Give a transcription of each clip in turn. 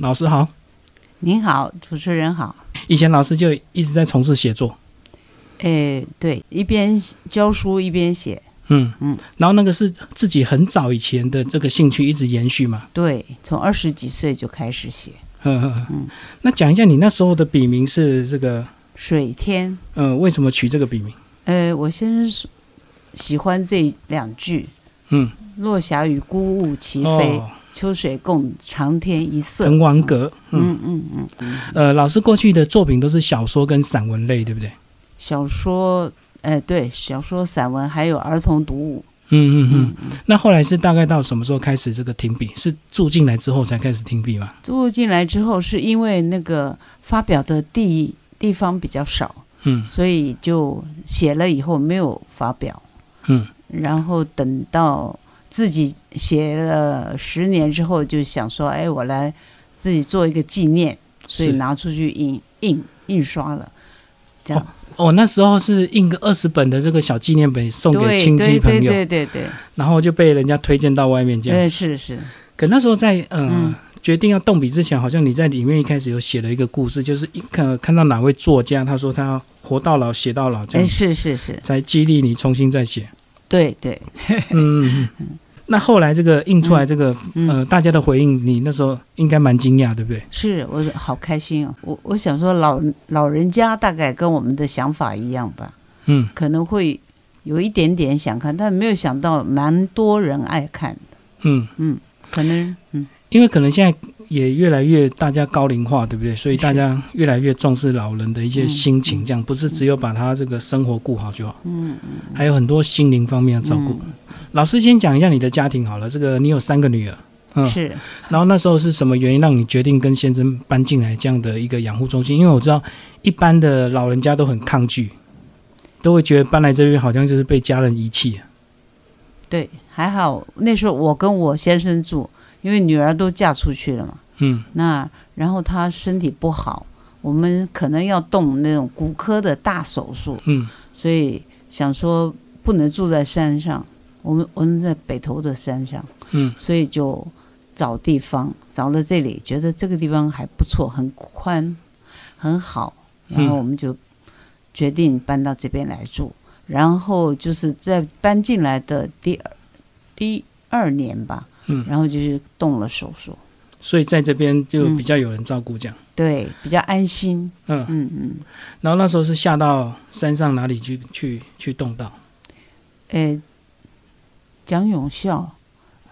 老师好，您好，主持人好。以前老师就一直在从事写作，诶，哎对，一边教书一边写，嗯嗯，然后那个是自己很早以前的这个兴趣一直延续嘛，对，从二十几岁就开始写。嗯嗯嗯嗯。那讲一下你那时候的笔名是这个，水天，呃，为什么取这个笔名？呃，我先生是喜欢这两句嗯， “落霞与孤鹜齐飞，哦，秋水共长天一色滕王阁，”嗯，嗯。嗯嗯嗯，呃，老师过去的作品都是小说跟散文类，对不对？小说，呃，对，小说、散文，还有儿童读物。嗯嗯嗯嗯。，那后来是大概到什么时候开始这个停笔？是住进来之后才开始停笔吗？住进来之后，是因为那个发表的地地方比较少，嗯所以就写了以后没有发表，嗯，然后等到自己写了十年之后，就想说，哎，我来自己做一个纪念，所以是拿出去印印印刷了，这样，哦，那时候是印个二十本的这个小纪念本哦送给对亲戚对朋对友，对对对，然后就被人家推荐到外面这样对子。是是，可那时候在、呃、嗯嗯决定要动笔之前，好像你在里面一开始有写了一个故事，就是一看、看到哪位作家，他说他要活到老写到老这哎样子，是是是，才激励你重新再 写。对对，嗯，那后来这个印出来这个、嗯，呃大家的回应，你那时候应该蛮惊讶，对不对？是我好开心哦，我我想说老老人家大概跟我们的想法一样吧，嗯可能会有一点点想看，但没有想到蛮多人爱看，嗯，嗯，可能嗯因为可能现在也越来越大家高龄化，对不对？所以大家越来越重视老人的一些嗯心情，这样不是只有把他这个生活顾好就好，嗯嗯还有很多心灵方面要照顾。老师先讲一下你的家庭好了，这个你有三个女儿，嗯，是然后那时候是什么原因让你决定跟先生搬进来这样的一个养护中心？因为我知道一般的老人家都很抗拒，都会觉得搬来这边好像就是被家人遗弃。啊对，还好那时候我跟我先生住，因为女儿都嫁出去了嘛，嗯那然后她身体不好，我们可能要动那种骨科的大手术，嗯所以想说不能住在山上，我们我们在北头的山上。嗯所以就找地方，找了这里，觉得这个地方还不错，很宽，很好，嗯然后我们就决定搬到这边来住。然后就是在搬进来的第二第二年吧，嗯，然后就是动了手术，所以在这边就比较有人照顾这样。对，比较安心。嗯，嗯嗯，然后那时候是下到山上哪里去去去动到？诶，蒋永孝，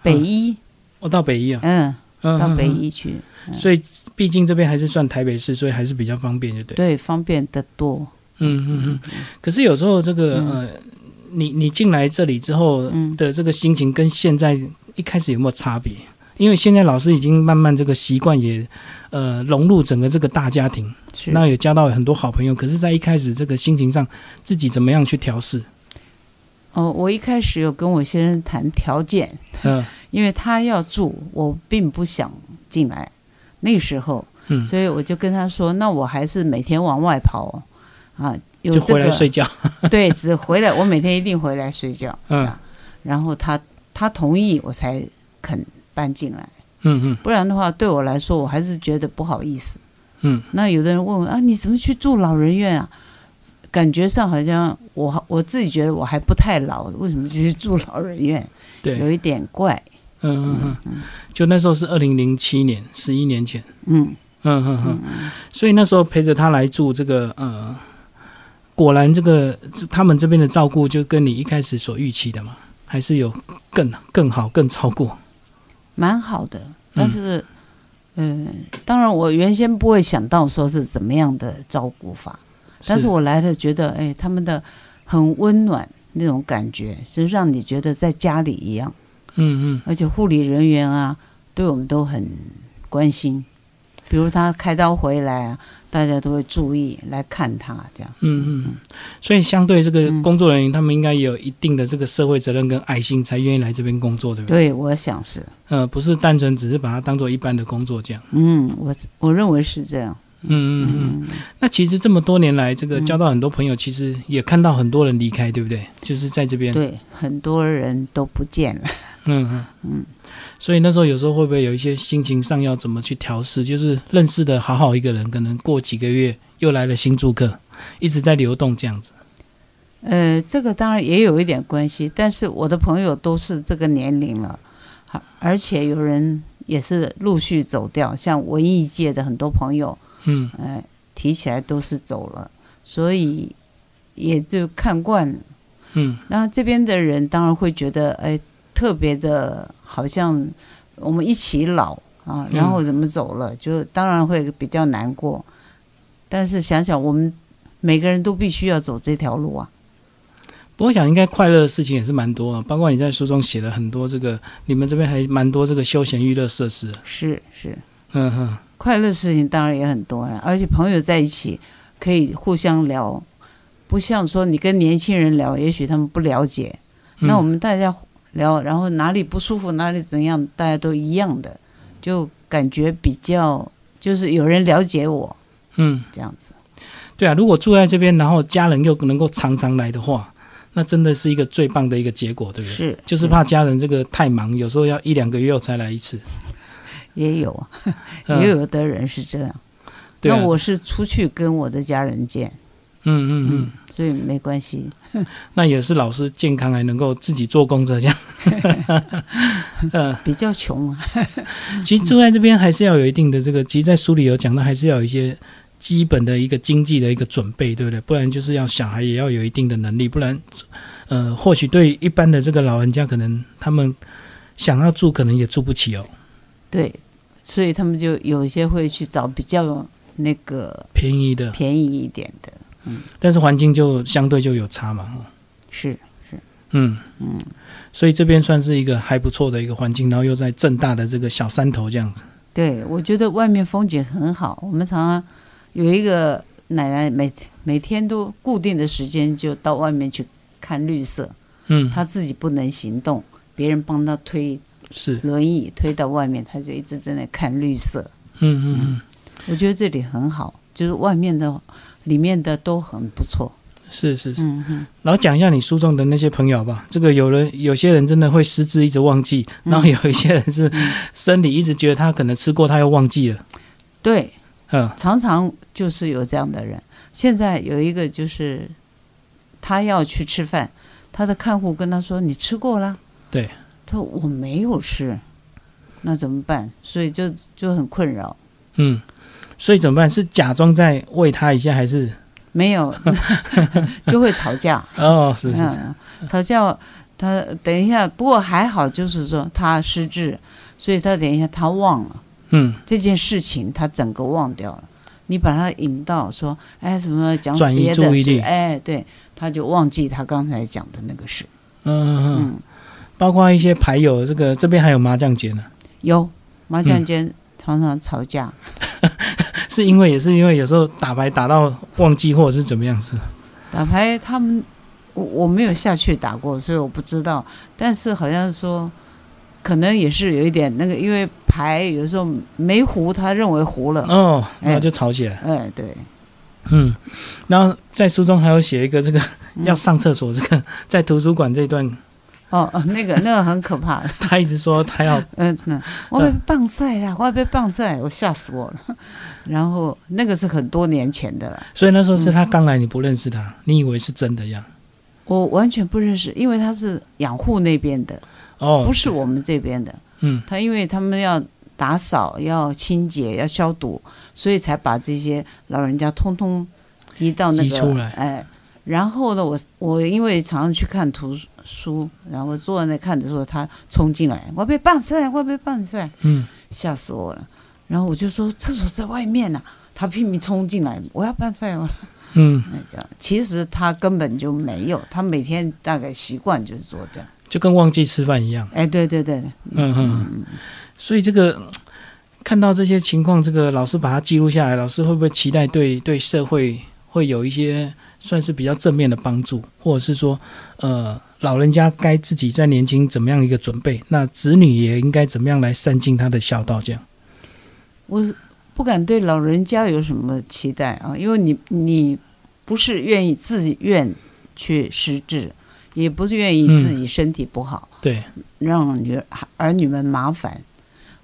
北医，哦，到北一啊，嗯，嗯，到北嗯一。医去，所以毕竟这边还是算台北市，所以还是比较方便，就对。对，方便得多。嗯嗯嗯。可是有时候这个、嗯呃，你你进来这里之后嗯的这个心情，跟现在一开始有没有差别？因为现在老师已经慢慢这个习惯也，呃，融入整个这个大家庭，是那也交到很多好朋友。可是，在一开始这个心情上，自己怎么样去调试？哦，我一开始有跟我先生谈条件，嗯、因为他要住，我并不想进来。那时候，嗯，所以我就跟他说：“那我还是每天往外跑哦，啊，有就这回来个睡觉。对，只回来，我每天一定回来睡觉。嗯然后他他同意，我才肯搬进来，嗯嗯不然的话，对我来说，我还是觉得不好意思。嗯，那有的人问我啊，你怎么去住老人院啊？感觉上好像我我自己觉得我还不太老，为什么就去住老人院？对，有一点怪。嗯嗯嗯，就那时候是二零零七年，十一年前。嗯，嗯嗯嗯，所以那时候陪着他来住这个呃，果然这个这他们这边的照顾就跟你一开始所预期的嘛，还是有更更好更超过。蛮好的，但是，嗯、当然我原先不会想到说是怎么样的照顾法，但是我来了觉得，哎，他们的很温暖那种感觉，是让你觉得在家里一样，嗯嗯而且护理人员啊，对我们都很关心，比如他开刀回来啊，大家都会注意来看他这样。嗯嗯嗯，所以相对这个嗯工作人员，他们应该也有一定的这个社会责任跟爱心，才愿意来这边工作，对不对？对，我想是，呃，不是单纯只是把它当做一般的工作这样。嗯，我我认为是这样，嗯嗯嗯。那其实这么多年来，这个交到很多朋友，其实也看到很多人离开，对不对？就是在这边。对，很多人都不见了。 嗯嗯嗯，所以那时候有时候会不会有一些心情上要怎么去调试？就是认识的好好一个人，可能过几个月又来了新住客，一直在流动这样子。呃，这个当然也有一点关系，但是我的朋友都是这个年龄了，好，而且有人也是陆续走掉，像文艺界的很多朋友，嗯，呃，提起来都是走了，所以也就看惯了。嗯那这边的人当然会觉得，哎，特别的，好像我们一起老啊，嗯然后怎么走了，就当然会比较难过。但是想想，我们每个人都必须要走这条路啊。不过我想应该快乐的事情也是蛮多啊，包括你在书中写了很多这个，你们这边还蛮多这个休闲娱乐设施。是是，嗯哼，快乐事情当然也很多了，而且朋友在一起可以互相聊，不像说你跟年轻人聊，也许他们不了解，嗯那我们大家聊，然后哪里不舒服，哪里怎样，大家都一样的，就感觉比较就是有人了解我嗯，这样子。对啊，如果住在这边，然后家人又能够常常来的话，那真的是一个最棒的一个结果，对不对？是，就是怕家人这个太忙，有时候要一两个月后才来一次。也有啊，嗯也有的人是这样。对啊那我是出去跟我的家人见，嗯嗯嗯，所以没 关系。那也是老师健康还能够自己坐公车这样。比较穷啊，其实住在这边还是要有一定的这个，其实，在书里有讲到，还是要有一些基本的一个经济的一个准备，对不对？不然就是要小孩也要有一定的能力，不然，呃，或许对一般的这个老人家，可能他们想要住，可能也住不起哦，对，所以他们就有一些会去找比较那个便宜的，便宜一点的，但是环境就相对就有差嘛。哦是嗯嗯，所以这边算是一个还不错的一个环境，然后又在正大的这个小山头这样子。对，我觉得外面风景很好。我们常常有一个奶奶每每天都固定的时间就到外面去看绿色，嗯，她自己不能行动，别人帮她推是，轮椅推到外面，她就一直在那看绿色。嗯嗯嗯，我觉得这里很好，就是外面的、里面的都很不错。是是是。嗯哼，然后讲一下你书中的那些朋友吧。这个有人有些人真的会失智，一直忘记；然后有一些人是生理一直觉得他可能吃过，他又忘记了。对，嗯常常就是有这样的人。现在有一个就是，他要去吃饭，他的看护跟他说：“你吃过了。”对，他说我没有吃，那怎么办？所以就就很困扰。嗯，所以怎么办？是假装在喂他一下，还是没有， 就会吵架。哦，是是是，嗯，吵架。他等一下，不过还好，就是说他失智，所以他等一下他忘了。嗯，这件事情他整个忘掉了。你把他引到说，哎，什么讲转移别注的意力事，哎，对，他就忘记他刚才讲的那个事。嗯嗯嗯，嗯，包括一些牌友，这个这边还有麻将节呢，有麻将间常常吵架，是因为也是因为有时候打牌打到忘记或者是怎么样子。打牌他们我我没有下去打过，所以我不知道。但是好像说，可能也是有一点那个，因为牌有时候没胡，他认为胡了。哦，嗯然后就吵起来。哎，对，嗯，然后在书中还有写一个这个嗯要上厕所，这个 在图书馆这一段，哦，哦那个那个很可怕。他一直说他要嗯，那我被棒赛啦，我被棒赛，我吓死我了。然后那个是很多年前的了，所以那时候是他刚来，你不认识他，你以为是真的呀？我完全不认识，因为他是养护那边的，哦，不是，我们这边的。嗯他因为他们要打扫、要清洁、要消毒，所以才把这些老人家通通移到那个移出来哎，然后呢，我我因为常常去看图书，然后我坐在那看的时候，他冲进来，我被棒晒，我被棒晒，嗯吓死我了。然后我就说厕所在外面呢、他拼命冲进来，我要棒晒我。嗯，哎这样，其实他根本就没有，他每天大概习惯就是做这样。就跟忘记吃饭一样，哎，对对对，嗯嗯，所以这个嗯看到这些情况，这个老师把它记录下来，老师会不会期待对对社会会有一些算是比较正面的帮助，或者是说，呃，老人家该自己在年轻怎么样一个准备，那子女也应该怎么样来善尽他的孝道，这样，我是不敢对老人家有什么期待啊，因为你你不是愿意自愿去失智，也不是愿意自己身体不好，嗯对，让女儿儿女们麻烦。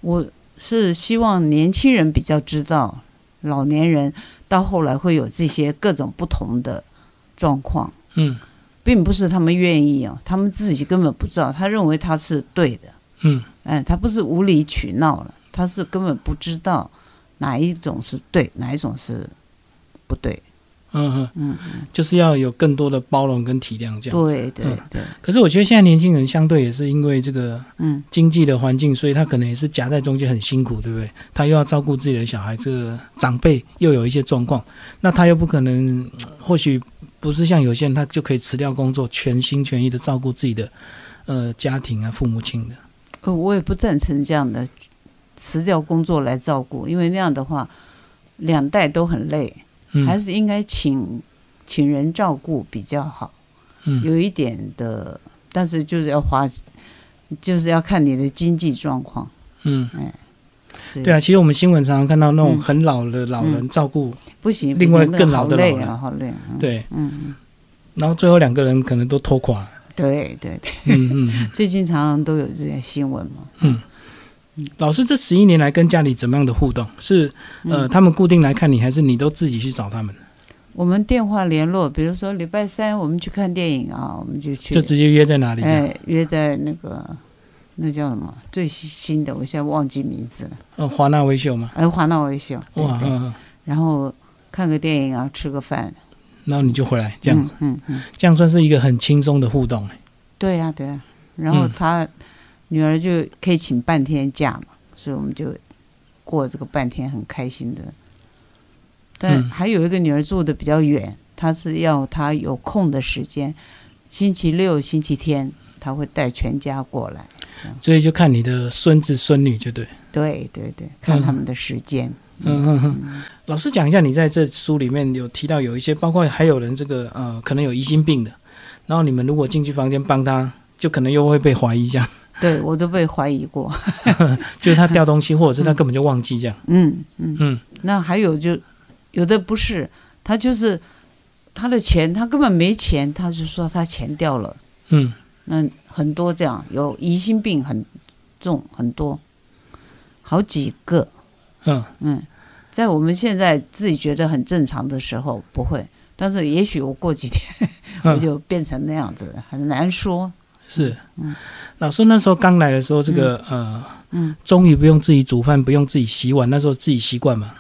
我是希望年轻人比较知道，老年人到后来会有这些各种不同的状况，嗯并不是他们愿意哦，他们自己根本不知道，他认为他是对的，嗯哎，他不是无理取闹了，他是根本不知道哪一种是对，哪一种是不对。嗯嗯，嗯，就是要有更多的包容跟体谅这样子。对对嗯对，可是我觉得现在年轻人相对也是因为这个嗯，经济的环境，所以他可能也是夹在中间很辛苦，对不对？他又要照顾自己的小孩，这个长辈又有一些状况，那他又不可能，呃或许不是像有些人他就可以辞掉工作，全心全意的照顾自己的呃家庭啊父母亲的。呃，我也不赞成这样的辞掉工作来照顾，因为那样的话，两代都很累，还嗯是应该请请人照顾比较好。嗯有一点的，但是就是要花，就是要看你的经济状况。嗯，对对啊，其实我们新闻常常看到那种嗯很老的老人照顾，不行，另不外行那更个老好的累老人啊，好累、啊。对，嗯，然后最后两个人可能都拖垮了。对对对，嗯嗯嗯。最近常常都有这些新闻嘛。老师这十一年来跟家里怎么样的互动？是嗯呃，他们固定来看你，还是你都自己去找他们，我们电话联络，比如说礼拜三我们去看电影啊，我们就去，就直接约在哪里这样？哎约在那个那叫什么最新新的，我现在忘记名字了，呃，华纳微秀嘛。哎华纳微秀，对哇，对，嗯嗯然后看个电影啊，吃个饭，然后你就回来，这样子，嗯嗯嗯，这样算是一个很轻松的互动。哎对呀、对呀、啊然后嗯他女儿就可以请半天假嘛，所以我们就过这个半天很开心的。但嗯还有一个女儿住的比较远，她是要她有空的时间，星期六、星期天，她会带全家过来。所以就看你的孙子孙女就对。对对对，看他们的时间。嗯嗯嗯。老师讲一下，你在这书里面有提到有一些，包括还有人这个呃，可能有疑心病的，然后你们如果进去房间帮他，就可能又会被怀疑，这样，对我都被怀疑过。就是他掉东西，或者是他根本就忘记这样。嗯嗯嗯那还有就有的不是，他就是他的钱，他根本没钱，他就说他钱掉了。嗯那很多这样有疑心病很重，很多，好几个，嗯嗯，在我们现在自己觉得很正常的时候不会，但是也许我过几天 我嗯，就变成那样子，很难说。是嗯。老师那时候刚来的时候，这个呃，嗯，终于不用自己煮饭，不用自己洗碗，那时候自己习惯嘛，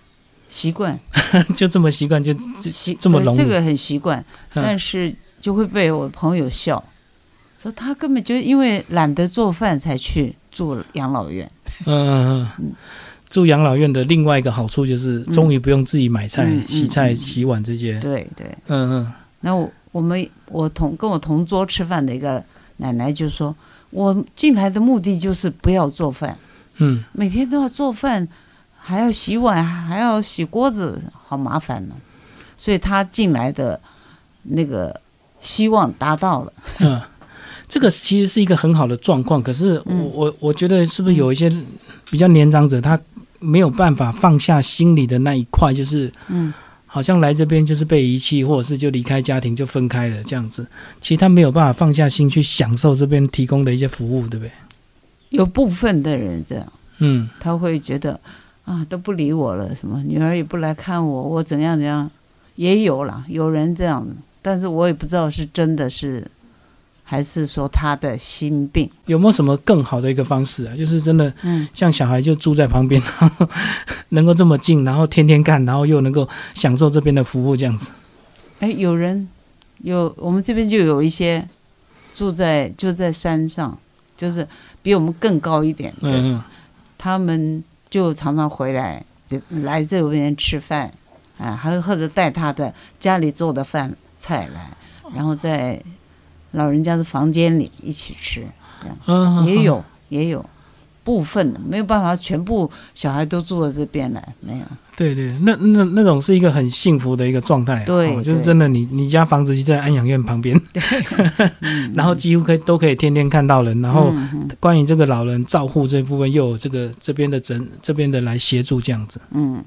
习惯就这么习惯，就习这么呃融入这个很习惯，嗯但是就会被我朋友笑，说他根本就因为懒得做饭才去住养老院。嗯，嗯嗯住养老院的另外一个好处就是，嗯终于不用自己买菜、嗯嗯洗菜、嗯洗碗这些。对对，嗯嗯那我我们我同跟我同桌吃饭的一个奶奶就说，我进来的目的就是不要做饭，嗯，每天都要做饭，还要洗碗，还要洗锅子，好麻烦呢、所以她进来的那个希望达到了，嗯，这个其实是一个很好的状况，可是我、嗯我我觉得是不是有一些比较年长者，他没有办法放下心里的那一块，就是嗯，好像来这边就是被遗弃，或者是就离开家庭就分开了这样子，其实他没有办法放下心去享受这边提供的一些服务，对不对？有部分的人这样，嗯他会觉得啊都不理我了，什么女儿也不来看我，我怎样怎样，也有啦，有人这样的，但是我也不知道是真的是，还是说他的心病，有没有什么更好的一个方式啊？就是真的嗯，像小孩就住在旁边，然后 能够这么近，然后天天看，然后又能够享受这边的服务，这样子。哎，有人有我们这边就有一些住在就在山上，就是比我们更高一点的，嗯他们就常常回来这来这边吃饭，啊，还有或者带他的家里做的饭菜来，然后在老人家的房间里一起吃，嗯，嗯也。有也有部分的没有办法全部小孩都住到这边来，没有对对，那那那种是一个很幸福的一个状态啊、对哦就是对真的你，你家房子就在安养院旁边，对，嗯然后几乎可以都可以天天看到人，然后嗯嗯关于这个老人照护这部分，又有这个这边的整这边的来协助这样子。嗯。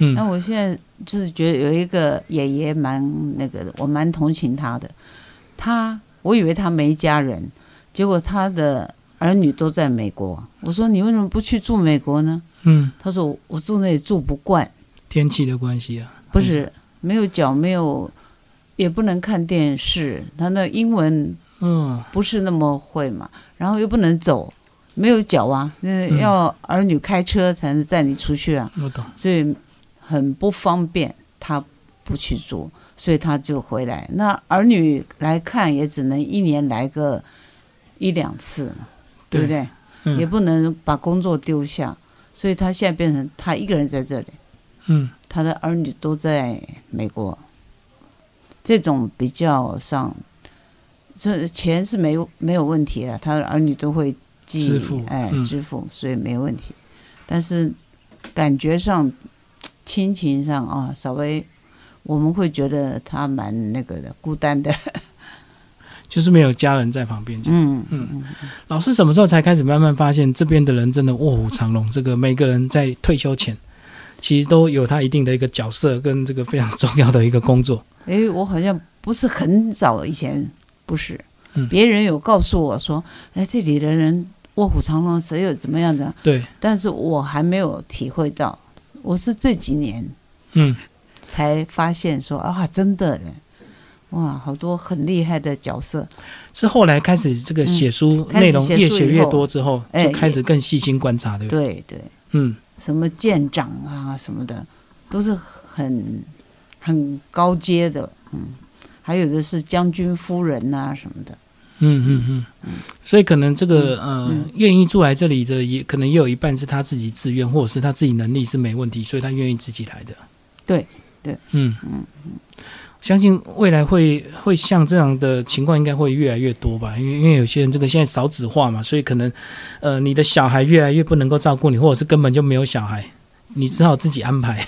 嗯那我现在就是觉得有一个爷爷蛮那个的，我蛮同情他的。他我我以为他没家人，结果他的儿女都在美国。我说你为什么不去住美国呢？嗯，他说我我住那里住不惯，天气的关系啊，不是没有脚，没有也不能看电视，他那英文嗯，不是那么会嘛，然后又不能走，没有脚啊，那嗯要儿女开车才能载你出去啊。我懂，所以很不方便，他不去住，所以他就回来。那儿女来看也只能一年来个一两次嘛，对不对？对？也嗯不能把工作丢下，所以他现在变成他一个人在这里，嗯，他的儿女都在美国。这种比较上，这钱是没有没有问题的，他的儿女都会寄支付哎嗯支付，所以没问题。但是感觉上、亲情上啊，稍微我们会觉得他蛮那个的，孤单的。就是没有家人在旁边。嗯嗯嗯，老师什么时候才开始慢慢发现这边的人真的卧虎藏龙？这个每个人在退休前，其实都有他一定的一个角色跟这个非常重要的一个工作。哎，我好像不是很早以前，不是，嗯别人有告诉我说，哎，这里的人卧虎藏龙，谁有怎么样的，对，但是我还没有体会到，我是这几年嗯，才发现说啊，真的嘞，哇，好多很厉害的角色，是后来开始这个写书嗯开始内容写书越写以越后多之后，哎就开始更细心观察，对不对？对对，嗯，什么舰长啊什么的，都是很很高阶的，嗯，还有的是将军夫人呐、什么的，嗯嗯嗯，所以可能这个呃嗯，愿意住来这里的也可能也有一半是他自己自愿，或者是他自己能力是没问题，所以他愿意自己来的。对对，嗯嗯，相信未来会会像这样的情况应该会越来越多吧，因为因为有些人这个现在少子化嘛，所以可能呃你的小孩越来越不能够照顾你，或者是根本就没有小孩，你只好自己安排。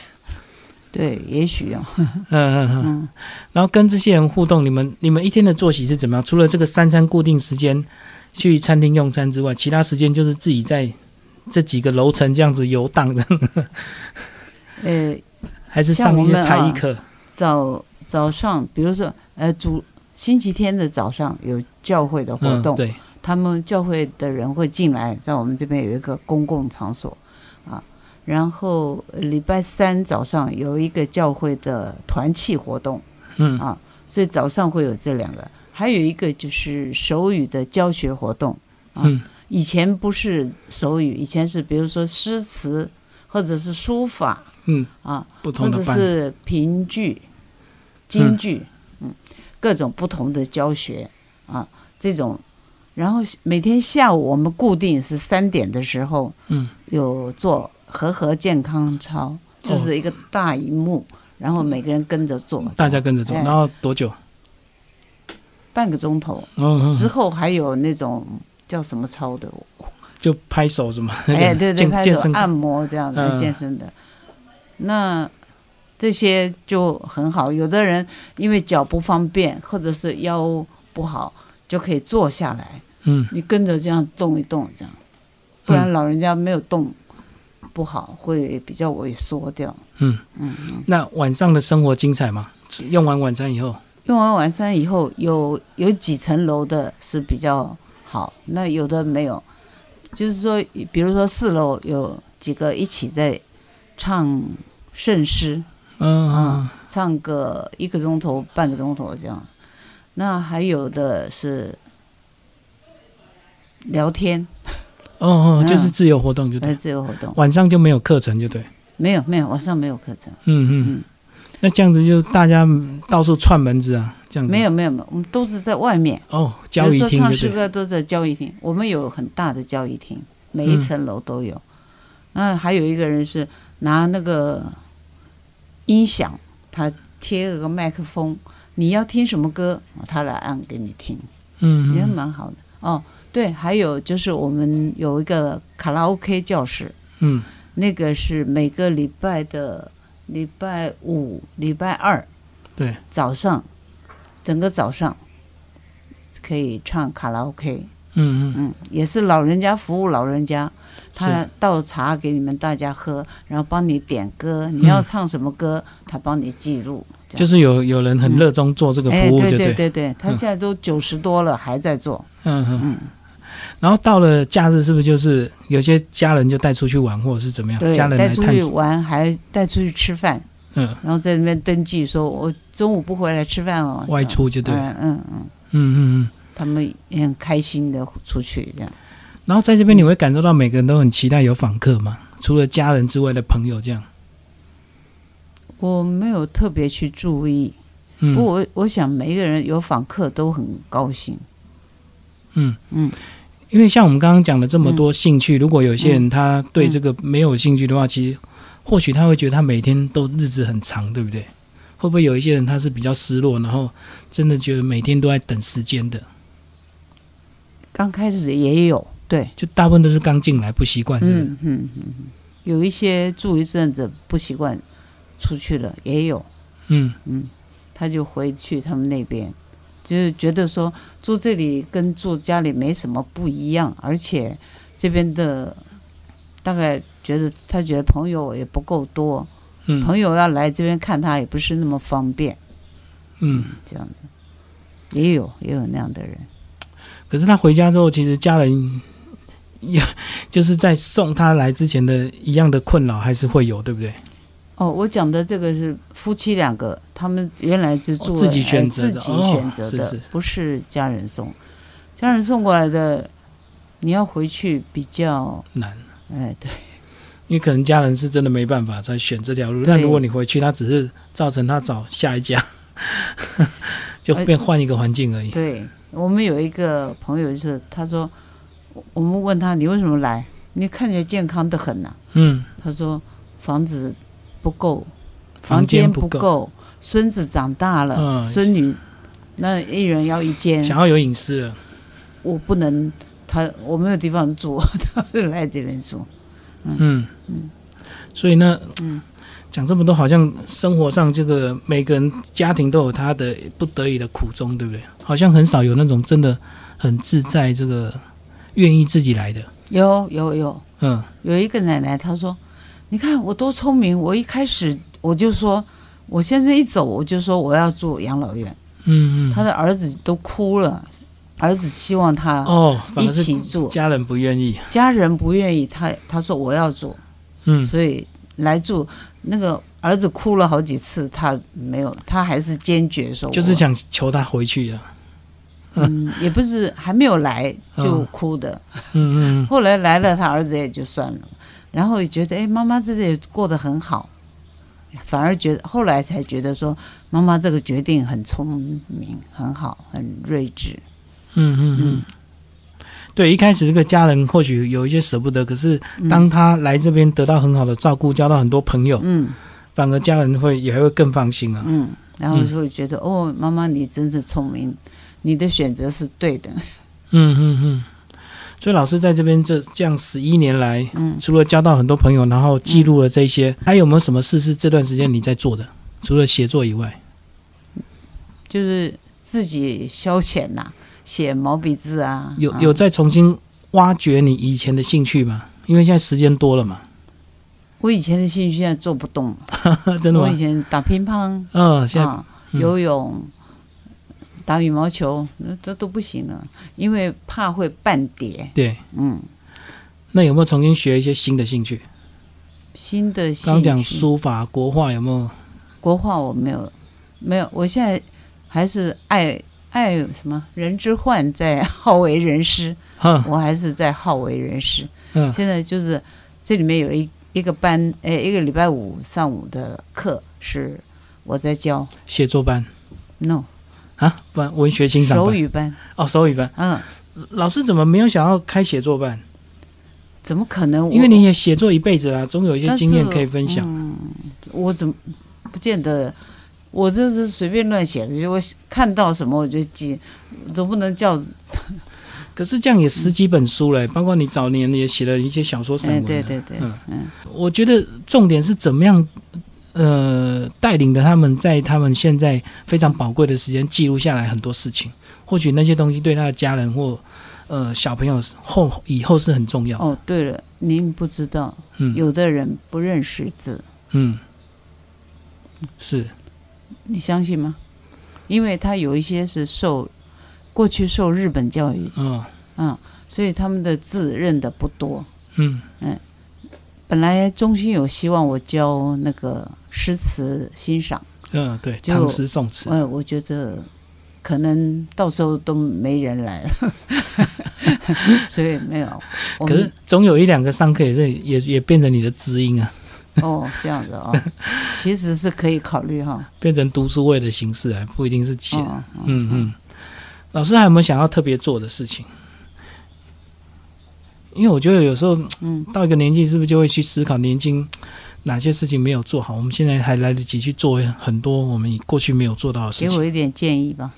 对，也许啊，嗯嗯嗯嗯，然后跟这些人互动，你们你们一天的作息是怎么样？除了这个三餐固定时间去餐厅用餐之外，其他时间就是自己在这几个楼层这样子游荡着，呃，还是上一啊些才艺课？早早上，比如说呃，主星期天的早上有教会的活嗯，动，对，他们教会的人会进来，在我们这边有一个公共场所啊。然后呃礼拜三早上有一个教会的团契活动，嗯啊所以早上会有这两个，还有一个就是手语的教学活动。啊嗯以前不是手语，以前是比如说诗词或者是书法嗯，啊，不或同者的嗯班，是评剧、京剧，嗯各种不同的教学啊，这种。然后每天下午我们固定是三点的时候嗯哦有做和和健康操，就是一个大荧幕，然后每个人跟着做，嗯大家跟着走，哎然后多久？半个钟头。嗯，之嗯后还有那种叫什么操的，就拍手什么？ 哎，对对，健拍健手身按摩这样嗯子健身的，那这些就很好。有的人因为脚不方便，或者是腰不好，就可以坐下来，嗯你跟着这样动一动，这样，不然老人家没有动不好，会比较萎缩掉。嗯嗯嗯。那晚上的生活精彩吗？吃用完晚餐以后，用完晚餐以后，有有几层楼的是比较好，那有的没有，就是说，比如说四楼有几个一起在唱圣诗，嗯嗯唱个一个钟头、半个钟头这样，那还有的是聊天，哦哦，就是嗯自由活动就来对，自由活动，晚上就没有课程就对。没有没有，晚上没有课程，嗯嗯嗯，那这样子就大家嗯到处串门子啊，这样子没有没有没有，我们都是在外面。哦，交易比如说厅唱就诗对，歌都在交易厅，我们有很大的交易厅，每一层楼都嗯有。那还有一个人是拿那个音响，他贴了个麦克风，你要听什么歌，他来按给你听，嗯也嗯蛮好的。哦，对，还有就是我们有一个卡拉 OK 教室，嗯那个是每个礼拜的礼拜五、礼拜二对，早上，整个早上可以唱卡拉 OK。嗯嗯嗯，也是老人家服务老人家，他倒茶给你们大家嗯喝，然后帮你点歌，你要唱什么歌，他帮你记录。这样就是有有人很热衷做这个哎，服务，对就对对对，他现在都九十多了，还在做。嗯嗯嗯。然后到了假日，是不是就是有些家人就带出去玩，或者是怎么样？对，哎家人来带出探去视。玩，还带出去吃饭，嗯，然后在那边登记说，我中午不回来吃饭哦。外出就这对。嗯样。嗯嗯嗯，嗯嗯。他们也很开心的出去这样。然后在这边你会感受到每个人都很期待有访客嘛，除了家人之外的朋友这样。我没有特别去注意，嗯。不过我我想每一个人有访客都很高兴。因为像我们刚刚讲了这么嗯多兴趣，如果有些人他对这个没有兴趣的话，其实或许他会觉得他每天都日子很长，对不对？会不会有一些人他是比较失落，然后真的觉得每天都在等时间的？刚开始也有，对，就大部分都是刚进来不习惯，是不是？嗯嗯嗯，嗯有一些住一阵子不习惯出去了，也有，嗯他就回去他们那边，就是觉得说住这里跟住家里没什么不一样，而且这边的大概觉得他觉得朋友也不够多，嗯朋友要来这边看他也不是那么方便，嗯。这样子也有也有那样的人，可是他回家之后，其实家人也 就是在送他来之前的一样的困扰还是会有，对不对？哦，我讲的这个是夫妻两个，他们原来就住哦了、自己选择的哎自己选择的，哦是是不是家人送，家人送过来的，你要回去比较，难，哎，对因为可能家人是真的没办法才选这条路。但对如果你回去，他只是造成他找下一家， 就变换一个环境而已。对，我们有一个朋友就是，他说，我我们问他你为什么来，你看起来健康的很呐、啊嗯，他说房子不够，房间不不够，够，孙子长大了，嗯孙女那一人要一间，想要有隐私了。我不能，他我没有地方住，他就来这边住。嗯所以呢，嗯讲这么多，好像生活上这个每个人家庭都有他的不得已的苦衷，对不对？好像很少有那种真的很自在，这个愿意自己来的。有有有嗯有一个奶奶，她说：“你看我多聪明，我一开始我就说，我先生一走我就说我要住养老院，嗯他的儿子都哭了，儿子希望他哦，反一而是起住，家人不愿意。家人不愿意，他他说我要住，嗯所以来住那个。”儿子哭了好几次，他没有，他还是坚决说我，就是想求他回去啊。嗯，也不是还没有来就嗯哭的，嗯嗯 后来来了，他儿子也就算了，然后也觉得，哎，妈妈这也过得很好，反而觉得后来才觉得说，妈妈这个决定很聪明，很好，很睿智。嗯嗯嗯。对，一开始这个家人或许有一些舍不得，可是当他来这边得到很好的照顾，交到很多朋友，嗯反而家人会也会更放心啊。嗯，然后就会觉得，嗯哦，妈妈你真是聪明，你的选择是对的。嗯嗯嗯。所以老师在这边这这样十一年来，嗯除了交到很多朋友，然后记录了这些，还有没有什么事是这段时间你在做的？除了写作以外，就是自己消遣呐、写毛笔字啊，有啊有再重新挖掘你以前的兴趣吗？因为现在时间多了嘛， 我以前的兴趣现在做不动了，真的我吗以？前打乒乓，嗯，现在啊，嗯游泳、打羽毛球，那这都不行了，因为怕会半跌。对，嗯，那有没有重新学一些新的兴趣？新的兴趣刚刚讲书法、国画，有没有？国画我没有，没有，我现在还是爱爱什么人之患在好为人师， 哼，我还是在好为人师。嗯现在就是这里面有一一个班，哎，一个礼拜五上午的课是我在教写作班，no 啊，不然文学欣赏手班语班，哦，手语班。嗯，老师怎么没有想要开写作班？怎么可能我？因为你也写作一辈子啦，总有一些但经验是可以分享。嗯，我怎么不见得？我这是随便乱写的，就我看到什么我就记，总不能叫可是这样也十几本书嘞，包括你早年也写了一些小说、散哎，文。对。对对，嗯嗯，我觉得重点是怎么样，呃，带领着他们在他们现在非常宝贵的时间记录下来很多事情。或许那些东西对他的家人或呃小朋友后以后是很重要的。哦，对了，您不知道，嗯有的人不认识字，嗯，是你相信吗？因为他有一些是受过去受日本教育，哦，嗯，所以他们的字认得不多。嗯本来中心有希望我教那个诗词欣赏，嗯、呃对，就唐诗宋词，呃，我觉得可能到时候都没人来了， 所以没有。我可是们总有一两个上课也是也也变成你的知音啊，哦，这样子哦，其实是可以考虑哈。变成读书会的形式啊，不一 定是写。哦，哦嗯嗯，老师还有没有想要特别做的事情？因为我觉得有时候嗯，到一个年纪，是不是就会去思考年轻哪些事情没有做好？我们现在还来得及去做很多我们过去没有做到的事给情，我一点建议吧。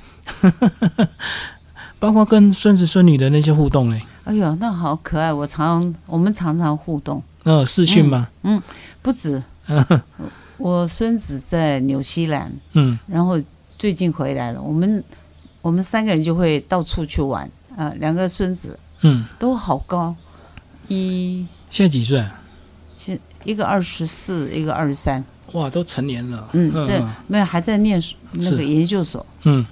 包括跟孙子孙女的那些互动嘞，哎呦，那好可爱！我常我们常常互动，呃，视讯嘛，不止我孙子在纽西兰，嗯然后最近回来了，我们我们三个人就会到处去玩啊、两个孙子嗯，都好高，一现在几岁啊？现一个二十四，一个二十三，哇，都成年了，嗯对没有还在念书那个是研究所。嗯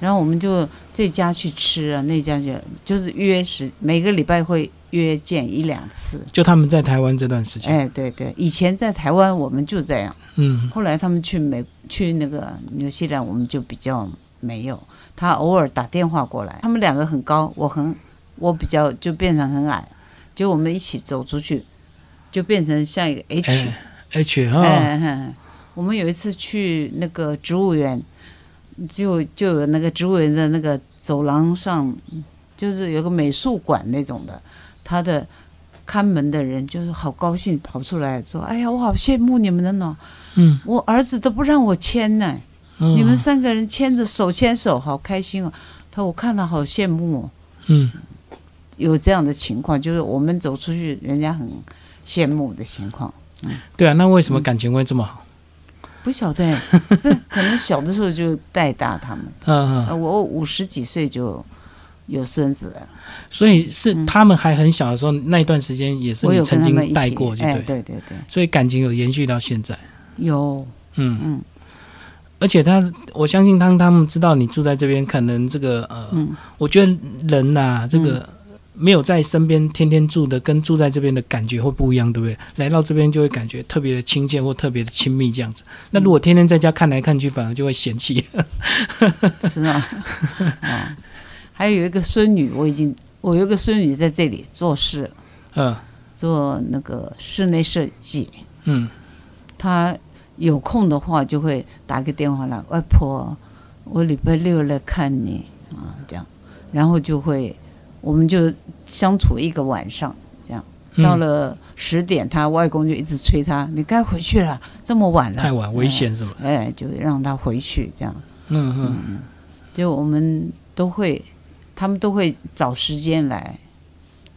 然后我们就这家去吃啊，那家就就是约时，每个礼拜会约见一两次。就他们在台湾这段时间，哎，对对，以前在台湾我们就这样，嗯后来他们去美去那个纽西兰，我们就比较没有。他偶尔打电话过来，他们两个很高，我很我比较就变成很矮，就我们一起走出去，就变成像一个 H。哎，H 哎哈，哎哎我们有一次去那个植物园，就就有那个植物园的那个走廊上，就是有个美术馆那种的，他的看门的人就是好高兴跑出来说：“哎呀，我好羡慕你们的呢，嗯，我儿子都不让我牵呢，嗯你们三个人牵着手牵手，好开心哦。”他说我看了好羡慕、哦，嗯有这样的情况，就是我们走出去，人家很羡慕的情况。对啊，那为什么感情会这么好？不晓 得欸，不是可能小的时候就带大他们。嗯呃嗯，我五十几岁就有孙子了，所以是他们还很小的时候，那一段时间也是嗯我你有跟曾他们经一带起。过，就哎，对，对对对，所以感情有延续到现在。有，嗯嗯而且他，我相信当他们知道你住在这边，可能这个呃，嗯，我觉得人呐、这个没有在身边天天住的，跟住在这边的感觉会不一样，对不对？来到这边就会感觉特别的亲切或特别的亲密这样子。那如果天天在家看来看去，反而就会嫌弃。 是啊，啊，还有一个孙女，我已经，我有一个孙女在这里做事，嗯做那个室内设计，嗯她有空的话就会打个电话来，外婆，我礼拜六来看你啊，这样，然后就会，我们就相处一个晚上。嗯，到了十点，他外公就一直催他：“你该回去了，这么晚太了。晚危险什么”？哎，就让他回去，这样嗯嗯就我们都会，他们都会找时间来，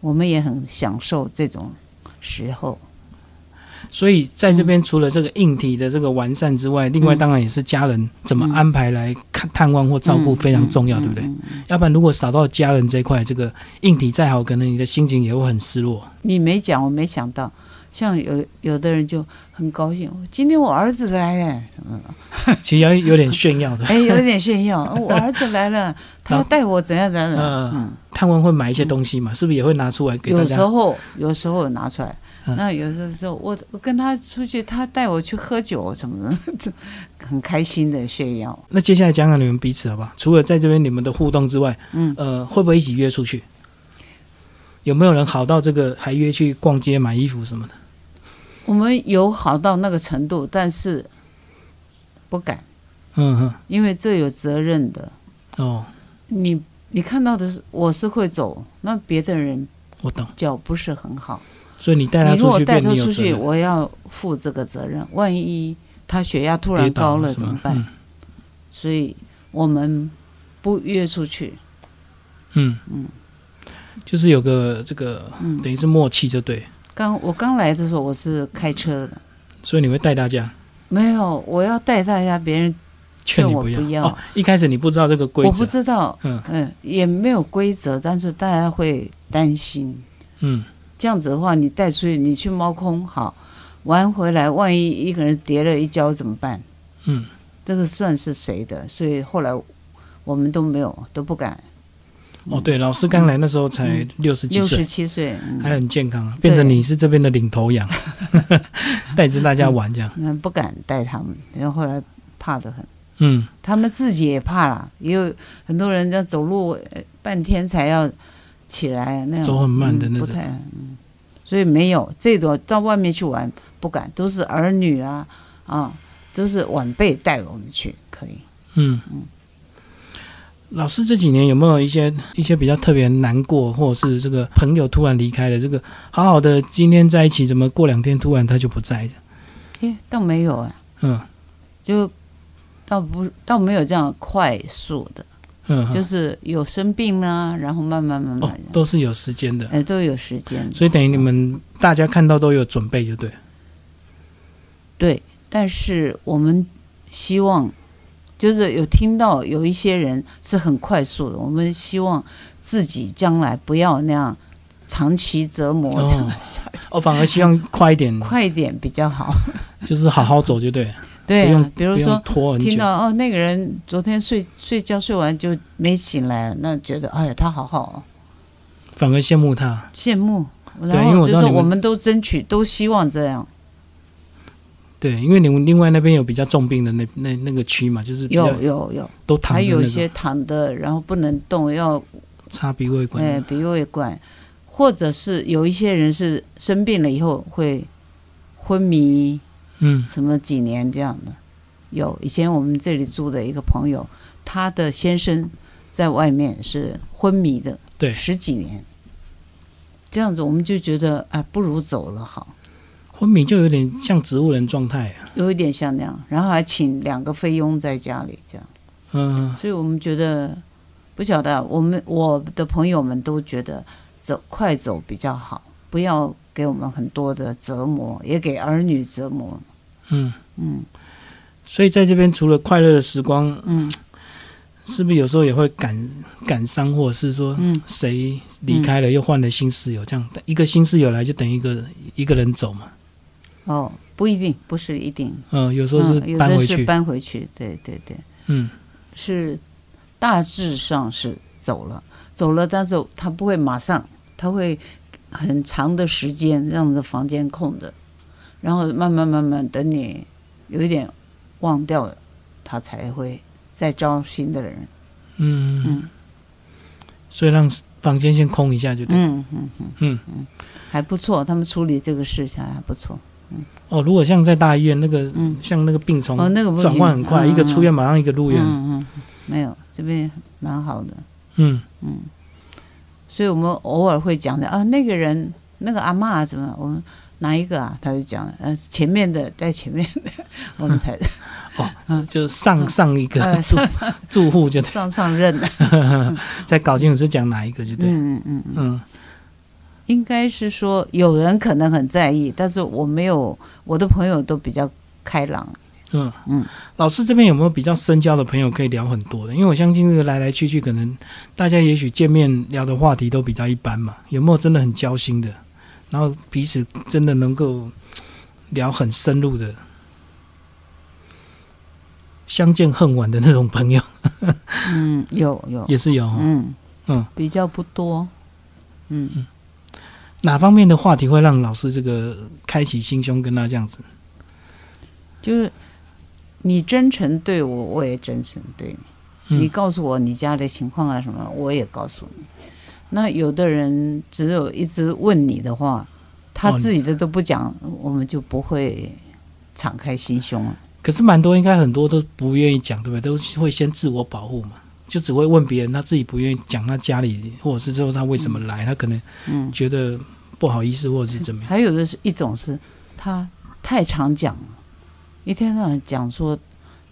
我们也很享受这种时候。所以在这边除了这个硬体的这个完善之外，另外嗯当然也是家人怎么安排来看探望或照顾非常重要，对不嗯对？要不然如果少到家人这一块，这个硬体再好，可能你的心情也会很失 落。你没讲，我没想到。像有有的人就很高兴，今天我儿子来了，其实要有点炫耀的，哎，有点炫耀，哦我儿子来了，他要带我怎样怎样怎样。嗯嗯，探望会买一些东西嘛，是不是也会拿出来给大有时家？候有时候拿出来，嗯那有的时候我我跟他出去，他带我去喝酒什么的， 这很开心的炫耀。那接下来讲讲你们彼此好不好？除了在这边你们的互动之外，嗯，呃，会不会一起约出去？有没有人好到这个还约去逛街买衣服什么的？我们有好到那个程度，但是不敢，嗯哼，因为这有责任的。哦，你你看到的是我是会走，那别的人我懂。脚不是很好。所以你带他你如出果去，带变他你有出责去，任。我要负这个责任。万一他血压突然跌高倒啊了什怎么么嗯办？所以我们不约出去。嗯嗯，就是有个这个嗯，等于是默契，就对。刚我刚来的时候我是开车的，所以你会带大家，没有，我要带大家，别人劝你我要。不要哦，一开始你不知道这个规我不则，知道，嗯嗯，也没有规则，但是大家会担心，嗯，这样子的话，你带出去，你去猫空好，玩回来，万一一个人跌了一跤怎么办？嗯，这个算是谁的？所以后来我们都没有，都不敢。哦，对，老师刚来那时候才六十几嗯六岁十，七岁，嗯还很健康啊，变成你是这边的领头 羊，带着大家玩这样。那嗯不敢带他们，然后后来怕得很。嗯，他们自己也怕啦，也有很多人家走路呃半天才要起来，那样走很慢的嗯那不种太嗯，所以没有这种到外面去玩不敢，都是儿女啊啊，都是晚辈带我们去可以。嗯，老师这几年有没有一些一些比较特别难过，或者是这个朋友突然离开了，这个好好的今天在一起，怎么过两天突然他就不在了？诶，倒没有啊，嗯就倒不倒没有这样快速的，嗯，就是有生病啦、然后慢慢慢哦慢，，都是有时间的，哎、都有时间的。所以等于你们大家看到都有准备，就对了。对，但是我们希望，就是有听到有一些人是很快速的，我们希望自己将来不要那样长期折磨，这样哦，我反而希望快一点，快一点比较好。就是好好走就对了，不对、用啊，比不如用说拖很听久。到哦，那个人昨天睡睡觉睡完就没醒来，那觉得哎呀，他好好、哦，反而羡慕他，羡慕。对然因为我后知道就是你们我们都争取，都希望这样。对，因为你们另外那边有比较重病的那那那个区嘛，就是比较有有有，都躺还着有一那种些躺的，然后不能动，要插鼻胃管的，啊哎，鼻胃管，或者是有一些人是生病了以后会昏迷，嗯什么几年这样的。有以前我们这里住的一个朋友，他的先生在外面是昏迷的，对十几年。这样子我们就觉得，哎，不如走了好，昏迷就有点像植物人状态、啊，有一点像那样，然后还请两个菲佣在家里这样。嗯、所以我们觉得不晓得啊，我们我的朋友们都觉得走快走比较好，不要给我们很多的折磨，也给儿女折磨。嗯，嗯所以在这边除了快乐的时光，嗯是不是有时候也会感感伤，或者是说嗯，谁离开了又换了新室友，这样一个新室友来就等于一个一个人走嘛，哦，不一定，不是一定，嗯、有时候是嗯、有搬的回是去，搬回去，对对对，嗯是大致上是走了，走了，但是他不会马上，他会很长的时间让我们的房间空着，然后慢慢慢慢等你有一点忘掉了，他才会再招新的人。嗯嗯所以让房间先空一下就对。嗯嗯嗯嗯还不错，他们处理这个事情还不错。哦，如果像在大医院那个，嗯像那个病虫哦那个不转换很行快，嗯一个出院马上一个入嗯院，嗯，嗯没有这边蛮好的。嗯嗯，所以我们偶尔会讲的啊，那个人那个阿嬷啊什么，我们哪一个啊？他就讲，呃，前面的在前面的， 我们才嗯就上上一个呃住上上住户就上上任的。再搞清楚是讲哪一个就 对，嗯嗯嗯嗯，嗯应该是说有人可能很在意，但是我没有，我的朋友都比较开朗。嗯嗯老师这边有没有比较深交的朋友可以聊很多的？因为我相信这个来来去去，可能大家也许见面聊的话题都比较一般嘛，有没有真的很交心的？然后彼此真的能够聊很深入的，相见恨晚的那种朋友嗯，有有，也是有哦、嗯嗯比较不多。嗯。 哪方面的话题会让老师这个开启心胸，跟他这样子？就是你真诚对我，我也真诚对你。嗯你告诉我你家里情况啊什么，我也告诉你。那有的人只有一直问你的话，他哦自己的都不讲，我们就不会敞开心胸了。可是蛮多，应该很多都不愿意讲，对不对？都会先自我保护嘛，就只会问别人，他自己不愿意讲他家里，或者是说他为什么来，他可能嗯，觉得不好意思，或者是怎 么样。还有的是一种是他太常讲了，一天到晚讲说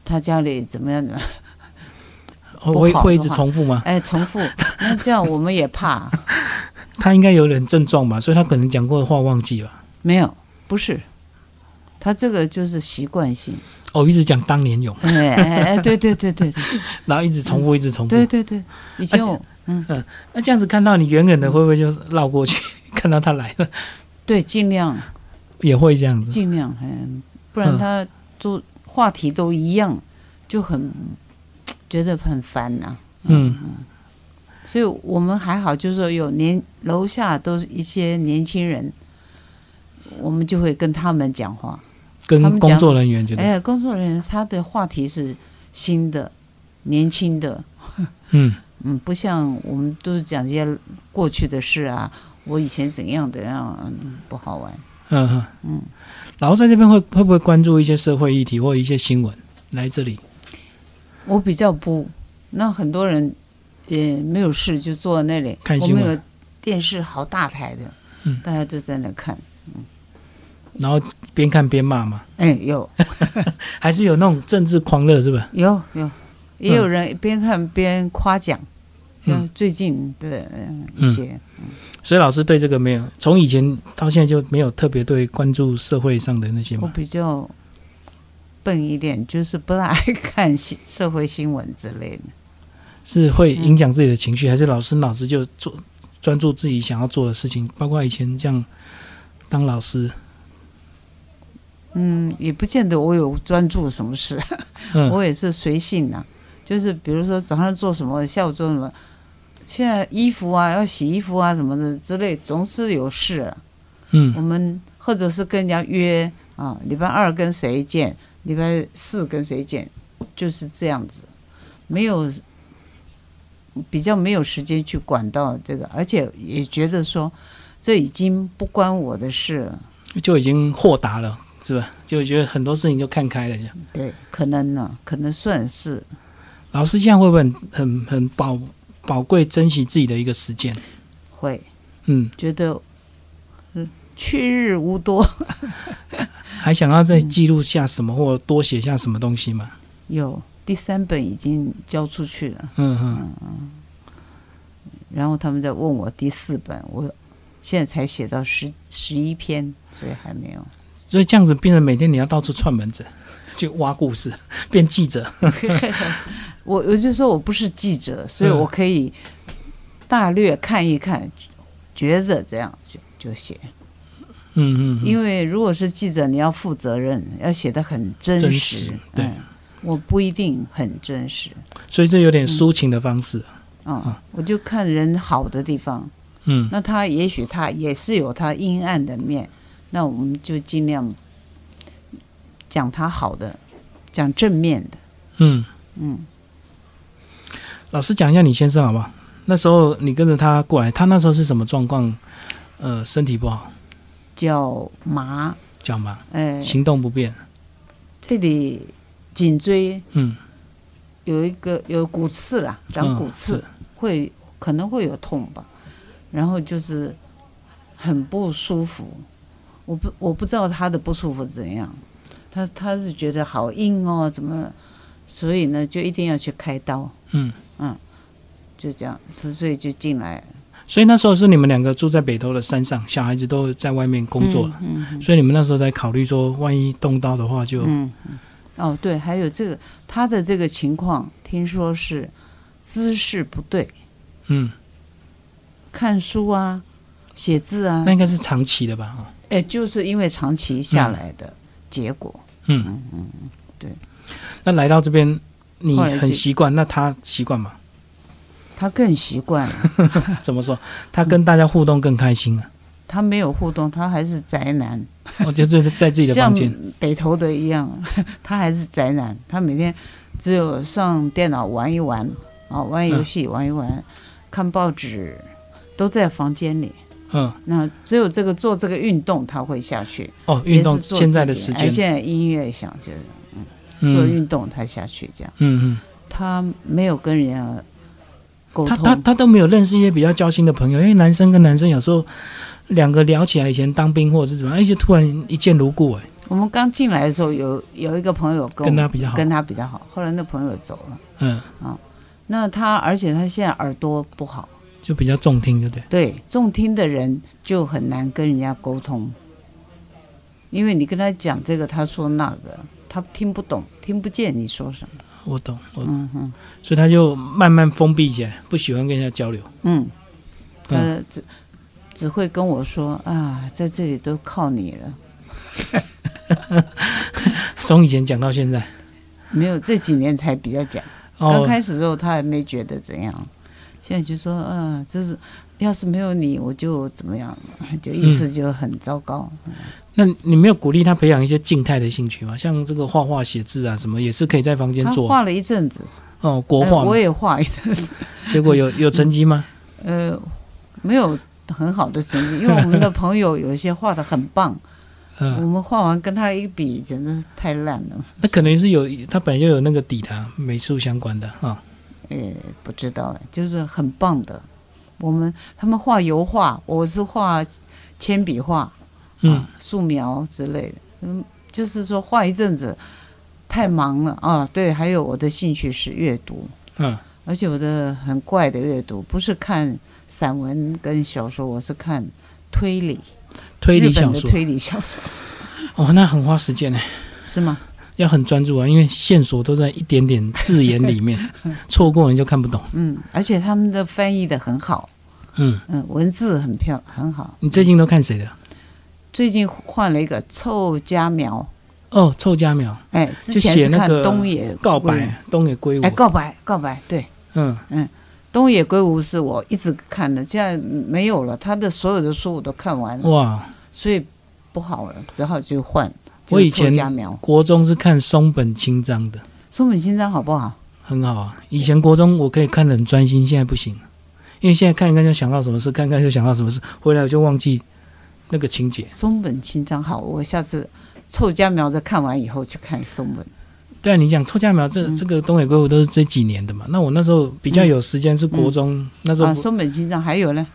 他家里怎么样 怎么样。哦不会好会一的直话重复吗？哎，重复，那这样我们也怕。他应该有点症状吧，所以他可能讲过的话忘记吧。没有，不是，他这个就是习惯性。哦，一直讲当年勇，哎哎哎，对对对对对然后一直重嗯复，一直重复。对对对，以前我那这样子看到你远远的，会不会就绕过去， 看到他来了 对，尽量也会这样子。尽量，嗯，不然嗯他都话题都一样，就很觉得很烦呐、嗯所以我们还好，就是说有年楼下都是一些年轻人，我们就会跟他们讲话。他跟们讲工作人员觉得，哎，工作人员他的话题是新的、年轻的，嗯嗯，不像我们都是讲一些过去的事啊，我以前怎样怎样，嗯，不好玩。嗯嗯。然后在这边会会不会关注一些社会议题或一些新闻来这里？我比较不，那很多人也没有事就坐在那里看我新们闻有电视好大台的，嗯大家都在那看。然后边看边骂嘛，哎，有还是有那种政治狂热是吧？有有，也有人边看边夸奖，像嗯最近的、嗯、嗯一些，所以老师对这个没有，从以前到现在就没有特别对关注社会上的那些我嘛。比较笨一点，就是不大爱看新社会新闻之类的。是会影响自己的情绪，还是老师脑子就做专注自己想要做的事情？包括以前这样当老师，嗯，也不见得我有专注什么事， 嗯我也是随性呐、就是比如说早上做什么，下午做什么，现在衣服啊要洗衣服啊什么的之类，总是有事、啊。我嗯们或者是跟人家约啊，礼拜二跟谁见，礼拜四跟谁见，就是这样子，没有比较没有时间去管到这个，而且也觉得说这已经不关我的事了，就已经豁达了，是吧？就觉得很多事情就看开了这样。对，可能呢、可能算是老师现在会不会很很很宝宝贵珍惜自己的一个时间？会嗯，觉得。嗯去日无多， 还想要再记录下什么或多写下什么东西吗？有第三本已经交出去了，嗯嗯，然后他们在问我第四本，我现在才写到十十一篇，所以还没有。所以这样子变成每天你要到处串门子，去挖故事， 变记者。我我就说我不是记者，所以嗯我可以大略看一看，觉得这样就就写。嗯嗯嗯，因为如果是记者，你要负责任，要写的很真真实实。对嗯，我不一定很真实。所以这有点抒情的方式。嗯，啊我就看人好的地方，嗯那他也许他也是有他阴暗的面，那我们就尽量讲他好的，讲正面的。嗯，嗯，老师讲一下你先生好不好？那时候你跟着他过来，他那时候是什么状况？呃，身体不好，叫麻，讲吧，呃，行动不便。这里颈椎嗯，有一个有骨刺啦，长嗯骨刺、是会可能会有痛吧，然后就是很不舒服，我不我不知道他的不舒服怎样，他他是觉得好硬哦，怎么，所以呢就一定要去开刀，嗯嗯，就这样，所以所以就进来所以那时候是你们两个住在北头的山上，小孩子都在外面工作了，嗯嗯所以你们那时候在考虑说，万一动刀的话就，嗯嗯哦对，还有这个他的这个情况，听说是姿势不对，嗯，看书啊，写字啊那，应该是长期的吧？哈哎，就是因为长期下来的结果。嗯那来到这边，你后来就很习惯，那他习惯吗？他更习惯 了，怎么说？他跟大家互动更开心 啊！他没有互动，他还是宅男，我就在在自己的像房间，北投的一样， 他还是宅男，他每天只有上电脑玩一玩，啊，玩游嗯戏玩一玩，看报纸，都在房间里。嗯，那只有这个做这个运动，他会下去。哦，运动也是做现在的自己时哎间，现在音乐想就是做嗯运动，他下去这样，嗯他没有跟人家沟嗯，他他通。他都没有认识一些比较交心的朋友，因为男生跟男生有时候两个聊起来，以前当兵或者是怎么样，哎，就突然一见如故，哎，我们刚进来的时候，有有一个朋友跟我跟们他比较好，跟他比较好，后来那朋友走了。嗯，那他，而且他现在耳朵不好，就比较中听，对不对？对重听的人就很难跟人家沟通，因为你跟他讲这个，他说那个，他听不懂，听不见你说什么。我懂，我懂嗯哼，所以 他就慢慢封闭起来，不喜欢跟人家交流，嗯，嗯他这只会跟我说啊，在这里都靠你了。从以前讲到现在，没有这几年才比较讲，刚哦，开始的时候他还没觉得怎样，现在就说嗯、啊，就是要是没有你我就怎么样，就意思就很糟糕。嗯那你没有鼓励他培养一些静态的兴趣吗？像这个画画、写字啊，什么也是可以在房间他做啊。画了一阵子，哦，国哎画嘛我，也画一阵子， 结果有有成绩吗？呃，没有很好的成绩，因为我们的朋友有一些画的很棒，我嗯，们画完跟他一比，简直是太烂了。那可能是有他本来就有那个底的啊美术相关的啊。呃，不知道，就是很棒的。我们他们画油画，我是画铅笔画，嗯啊，素描之类的。嗯，就是说画一阵子太忙了啊。对，还有我的兴趣是阅读，嗯而且我的很怪的阅读，不是看散文跟小说，我是看推理，推理日本小的说推理小说哦，那很花时间呢，是吗？要很专注啊，因为线索都在一点点字眼里 面，错过你就看不懂。嗯，而且他们的翻译的很好，嗯，嗯，文字很漂很好。你最近都看谁的？最近换了一个臭家苗，哦，臭家苗哎，之前写是那看个东野告圭吾，白东野圭吾哎，，告白告白对。嗯，东野圭吾是我一直看的，现在没有了，他的所有的书我都看完了，哇，所以不好了，只好就换。我以前就是凑家苗，国中是看松本清张的，松本清张好不好？很好啊。以前国中我可以看得很专心，现在不行，因为现在看一看就想到什么事，看一看就想到什么事，回来我就忘记那个情节。松本清张好，我下次凑家苗的看完以后去看松本。对啊，你讲臭家苗这、嗯这个东野圭吾都是这几年的嘛，那我那时候比较有时间是国中，那时候啊，不松本清张还有呢？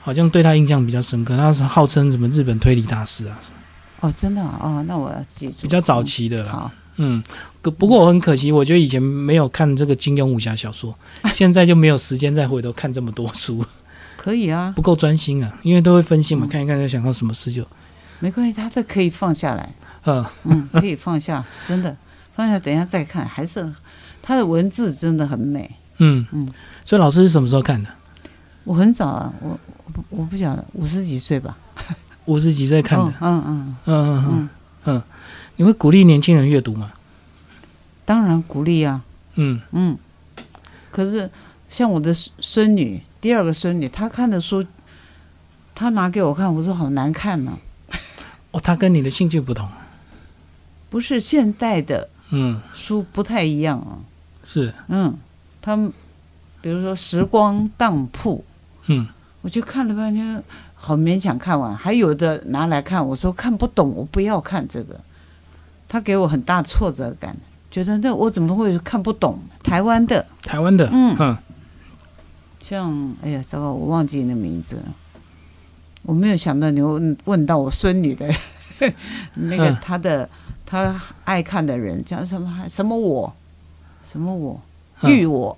好像对他印象比较深刻，他是号称什么日本推理大师啊，哦，真的啊，哦那我要记住。比较早期的嗯啦。好，嗯，可不过我很可惜，我觉得以前没有看这个金庸武侠小说，现在就没有时间再回头看这么多书，可以啊，不够专心啊，因为都会分心嘛，嗯看一看就想到什么事就，没关系，他都可以放下来，呃， 嗯，可以放下，真的放下，等一下再看，还是他的文字真的很美。嗯嗯所以老师是什么时候看的？我很早啊，我我不我不晓得五十几岁吧，五十几岁看的嗯，嗯嗯嗯嗯嗯嗯，嗯，你会鼓励年轻人阅读吗？当然鼓励啊，嗯嗯。可是像我的孙孙女，第二个孙女，她看的书，她拿给我看，我说好难看啊呢、哦，他跟你的兴趣不同，不是现代的嗯，书不太一样啊，是，嗯，他们比如说《时光当铺》，嗯，我就看了半天，好勉强看完，还有的拿来看，我说看不懂，我不要看这个，他给我很大挫折感，觉得那我怎么会看不懂台湾的？台湾的，嗯嗯像哎呀，糟糕，我忘记那名字了，我没有想到你问问到我孙女的 那个嗯她的她爱看的人叫什么什么我什么我嗯御我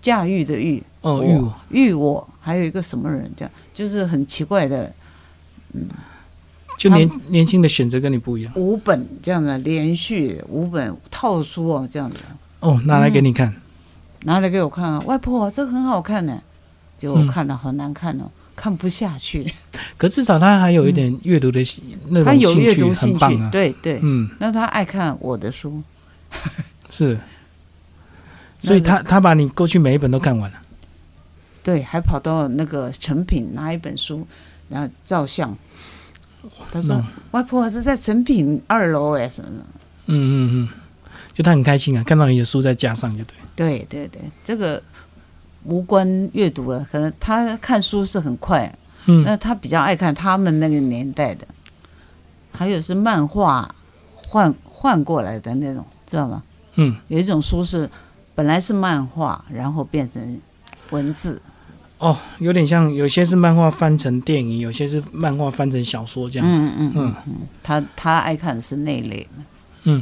驾驭的驭。哦，我玉武，遇我，还有一个什么人这样，就是很奇怪的就年年轻的选择跟你不一样，五本这样的连续五本套书哦，这样的哦，拿来给你嗯看，拿来给我看啊，外婆这个很好看呢、结果嗯我看了好难看哦，看不下去。可至少他还有一点阅读的喜那他种有兴阅趣，读很兴棒趣，啊，对对。嗯，那他爱看我的书，是。所以他他把你过去每一本都看完了，对，还跑到那个成品拿一本书，然后照相。他说：“嗯外婆是在成品二楼哎，什么的。嗯嗯嗯，就他很开心啊，看到你的书在架上就对。”对对对，这个无关阅读了，可能他看书是很快，嗯，那他比较爱看他们那个年代的，还有是漫画换换过来的那种，知道吗？嗯，有一种书是本来是漫画，然后变成文字，哦，有点像，有些是漫画翻成电影，有些是漫画翻成小说这样。嗯嗯嗯嗯嗯，他他爱看的是那类的，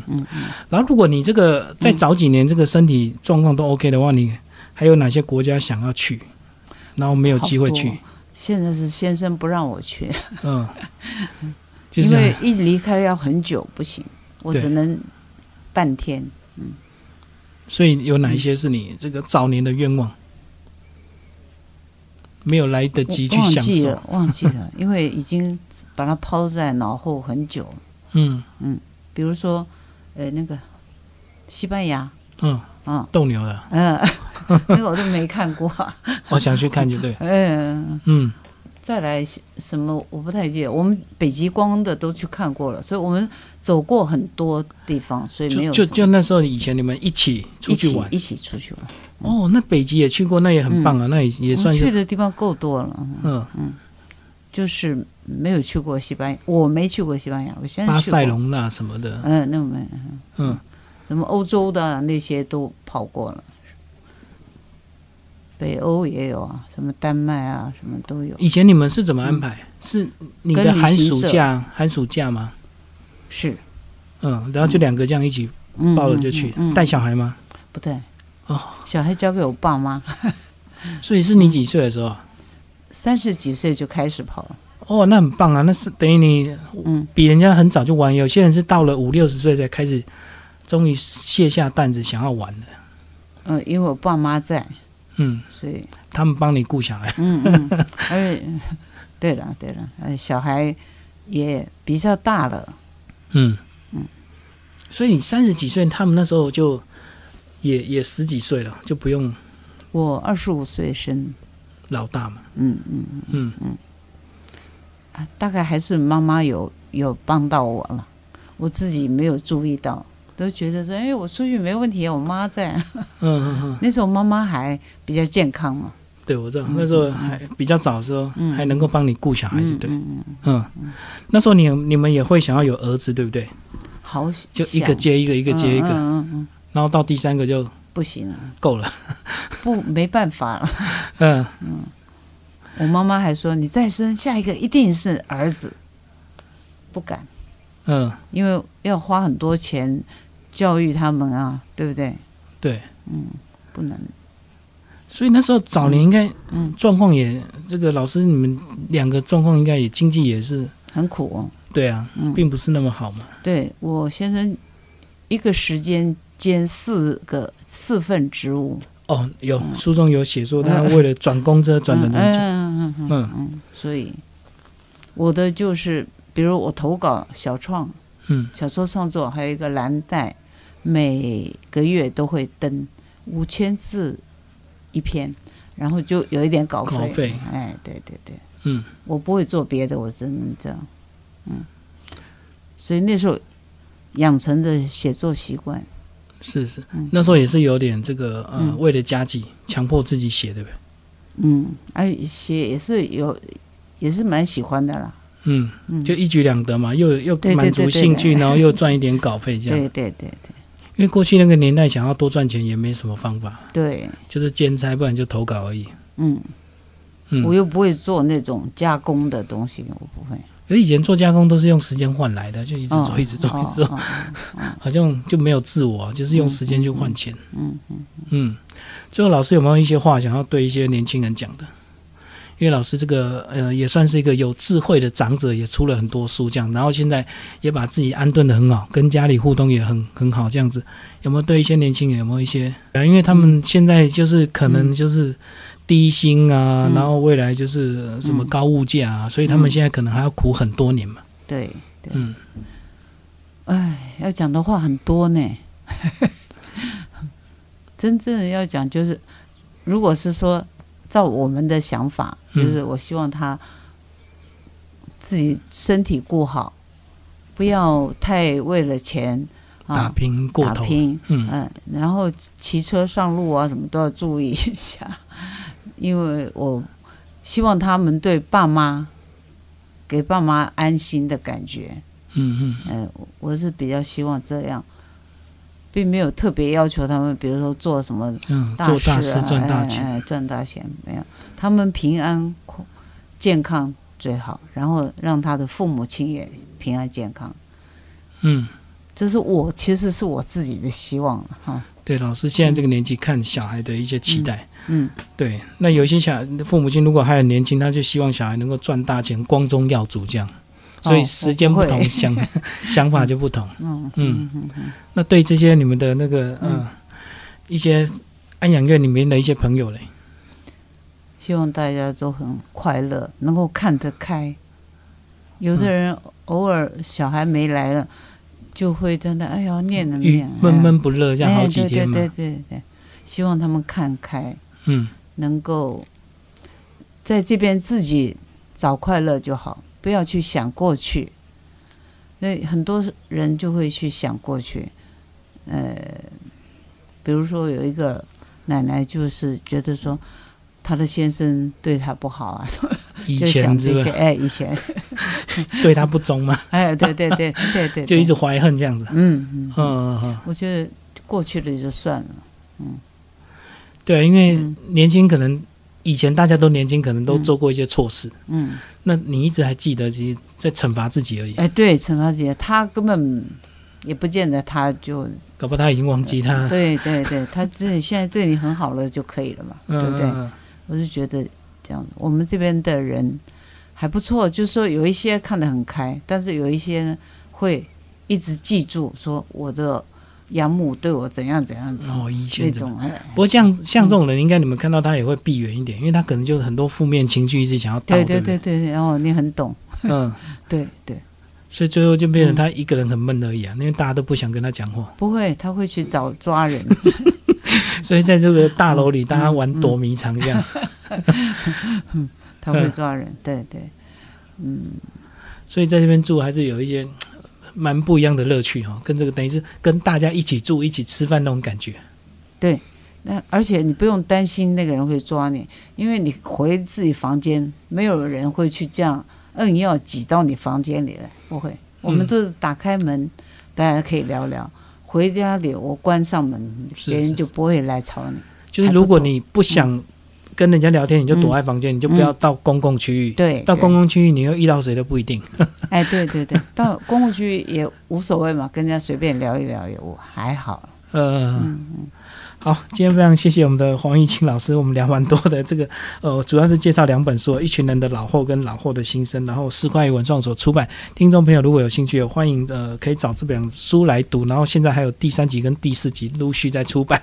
然后，如果你这个再早几年这个身体状况都 OK 的话，你还有哪些国家想要去？然后没有机会好去多，。现在是先生不让我去，嗯， 就因是啊为一离开要很久，不行，我对只能半天。所以有哪一些是你这个早年的愿望？没有来得我及去忘享记受了，，忘记了，因为已经把它抛在脑后很久了。嗯比如说，呃，那个西班牙，嗯，嗯斗牛了，嗯、呃 那个我都没看过。我想去看就 对，嗯、嗯再来什么我不太记得。我们北极光的都去看过了，所以我们走过很多地方，所以没就有就什么就那时候以前你们一起出一去起嗯玩，一起出去玩，哦，那北极也去过，那也很棒啊，那也也我算们去是的地方够多了。嗯嗯，就是没有去过西班牙，我没去过西班牙，我现在巴去过塞，隆那什么的，嗯、那我们嗯，什么欧洲的啊那些都跑过了，北欧也有啊，什么丹麦啊，什么都有。以前你们是怎么安排？是你的嗯跟旅寒行暑社假寒暑假吗？是，嗯，然后就两个这样一起嗯，抱了就去，嗯嗯嗯带小孩吗？不对，哦，小孩交给我爸妈，嗯所以是你几岁的时候啊？三十几岁就开始跑了。哦，那很棒啊！那是等于你嗯，比人家很早就玩，有些人是到了五六十岁才开始，终于卸下担子想要玩的。呃，因为我爸妈在，嗯，所以，他们帮你顾小孩，嗯嗯， 而且， 对了对了，呃，小孩也比较大了，嗯所以你三十几岁，他们那时候就也也十几岁了，就不用我二十五岁生，老大嘛。嗯嗯嗯，啊，大概还是妈妈有有帮到我了，我自己没有注意到，都觉得说，哎，我出去没问题，我妈在。嗯嗯嗯，那时候妈妈还比较健康嘛，对我嗯知道，那时候还比较早的时候，还能够帮你顾小孩，就嗯对。嗯嗯，嗯，那时候你你们也会想要有儿子，对不对？好，就一个接一个，一一个接一个，嗯嗯嗯嗯，然后到第三个就不行了，够 了。不没办法了。嗯，我妈妈还说：“你再生下一个一定是儿子。”不敢，嗯，因为要花很多钱教育他们啊，对不对？嗯对。不能，所以那时候早年应该嗯状况也、这个老师你们两个状况应该也经济也是很苦、哦。对啊，嗯并不是那么好嘛。对我先生一个时间兼四个四份职务，哦，有书中有写说他为了转公车转了嗯很久，嗯嗯嗯嗯嗯嗯，所以我的就是，比如我投稿小创、嗯小说创作，还有一个蓝带，每个月都会登五千字一篇，然后就有一点稿稿费哎，对对对，嗯，我不会做别的，我只能这样，嗯，所以那时候养成的写作习惯，是是嗯，那时候也是有点这个呃，嗯为了家计强迫自己写，对不对？嗯，而且写也是有，也是蛮喜欢的啦，嗯，嗯，就一举两得嘛，又又对对满足对对兴趣，对然后又赚一点稿费这样。对对对因为过去那个年代想要多赚钱也没什么方法，对，就是兼差，不然就投稿而已。嗯，嗯，我又不会做那种加工的东西，我不会。可是以前做加工都是用时间换来的，就一直哦做，一直做，一哦直做，哦好像就没有自我，就是用时间去换钱。嗯嗯嗯，最后老师有没有一些话想要对一些年轻人讲的？因为老师这个呃也算是一个有智慧的长者，也出了很多书这样，然后现在也把自己安顿的很好，跟家里互动也很很好这样子。有没有对一些年轻人有没有一些？呃嗯因为他们现在就是可能就是低薪啊，嗯然后未来就是什么高物价啊，所以他们现在可能还要苦很多年嘛。对对，嗯，哎，要讲的话很多呢。 真正的要讲就是，如果是说照我们的想法，就嗯是我希望他自己身体顾好，不要太为了钱打啊拼过打头，拼，嗯嗯，然后骑车上路啊，什么都要注意一下， 因为我希望他们对爸妈，给爸妈安心的感觉。嗯嗯嗯，我是比较希望这样，并没有特别要求他们，比如说做什么嗯，大做事、啊、大事赚大钱，哎哎赚大钱没有，他们平安快健康最好，然后让他的父母亲也平安健康。嗯。这是我其实是我自己的希望了哈，对，老师现在这个年纪看小孩的一些期待，嗯。对，那有一些小父母亲如果还很年轻，他就希望小孩能够赚大钱，光宗耀祖这样，所以时间不同，哦我不会想 想法就不同。嗯嗯，那对这些你们的那个呃、一些安养院里面的一些朋友嘞，希望大家都很快乐，能够看得开。有的人嗯偶尔小孩没来了，就会在那哎呦念了郁念，嗯闷哎呀闷不乐，这样好几天嘛。哎对对对对对，希望他们看开，嗯，能够在这边自己找快乐就好，不要去想过去。那很多人就会去想过去，呃，比如说有一个奶奶，就是觉得说她的先生对她不好啊，以 就想前是这不些。是哎，以前，对他不忠嘛，哎，对对 对对对对，就一直怀恨这样子。嗯嗯，嗯嗯嗯，我觉得过去了也就算了，对，因为嗯年轻可能以前大家都年轻，可能都嗯做过一些错事，嗯。那你一直还记得，其实在惩罚自己而已。哎，对，陈小姐，她根本也不见得，她就搞不好他已经忘记他 了，对对对，她自己现在对你很好了就可以了嘛，嗯对不对？嗯我是觉得这样，我们这边的人还不错，就是说有一些看得很开，但是有一些呢会一直记住说我的养母对我怎样怎样怎嗯样、哦，以前那怎么？种，哎不过像像这种人，应该你们看到他也会避远一点，因为他可能就很多负面情绪一直想要倒，对哦对对不对对，然后你很懂，嗯，对嗯对，所以最后就变成他一个人很闷而已啊，因为大家都不想跟他讲话，不会，他会去找抓 人，所以在这个大楼里，大家玩躲迷藏嗯这样。他会抓人，对对，嗯。所以在这边住还是有一些嗯蛮不一样的乐趣哈、哦，跟这个等于是跟大家一起住、一起吃饭那种感觉。那而且你不用担心那个人会抓你，因为你回自己房间，没有人会去这样硬要挤到你房间里来，不嗯会。我们都是打开门，大家可以聊聊。回家里我关上门，是别是人就不会来吵你。就是如果你不想跟人家聊天，你就躲在房间，你就不要到公共区域。对，到对公共区域，你又遇到谁都不一定。哎，对对对，到公共区也无所谓嘛，跟人家随便聊一聊也我还好。呃，好，今天非常谢谢我们的黄玉清老师，我们聊蛮多的这个，呃，主要是介绍两本书，《一群人的老后》跟《老后的心声》，然后四块文创所出版。听众朋友如果有兴趣，欢迎呃可以找这本书来读，然后现在还有第三集跟第四集陆续在出版。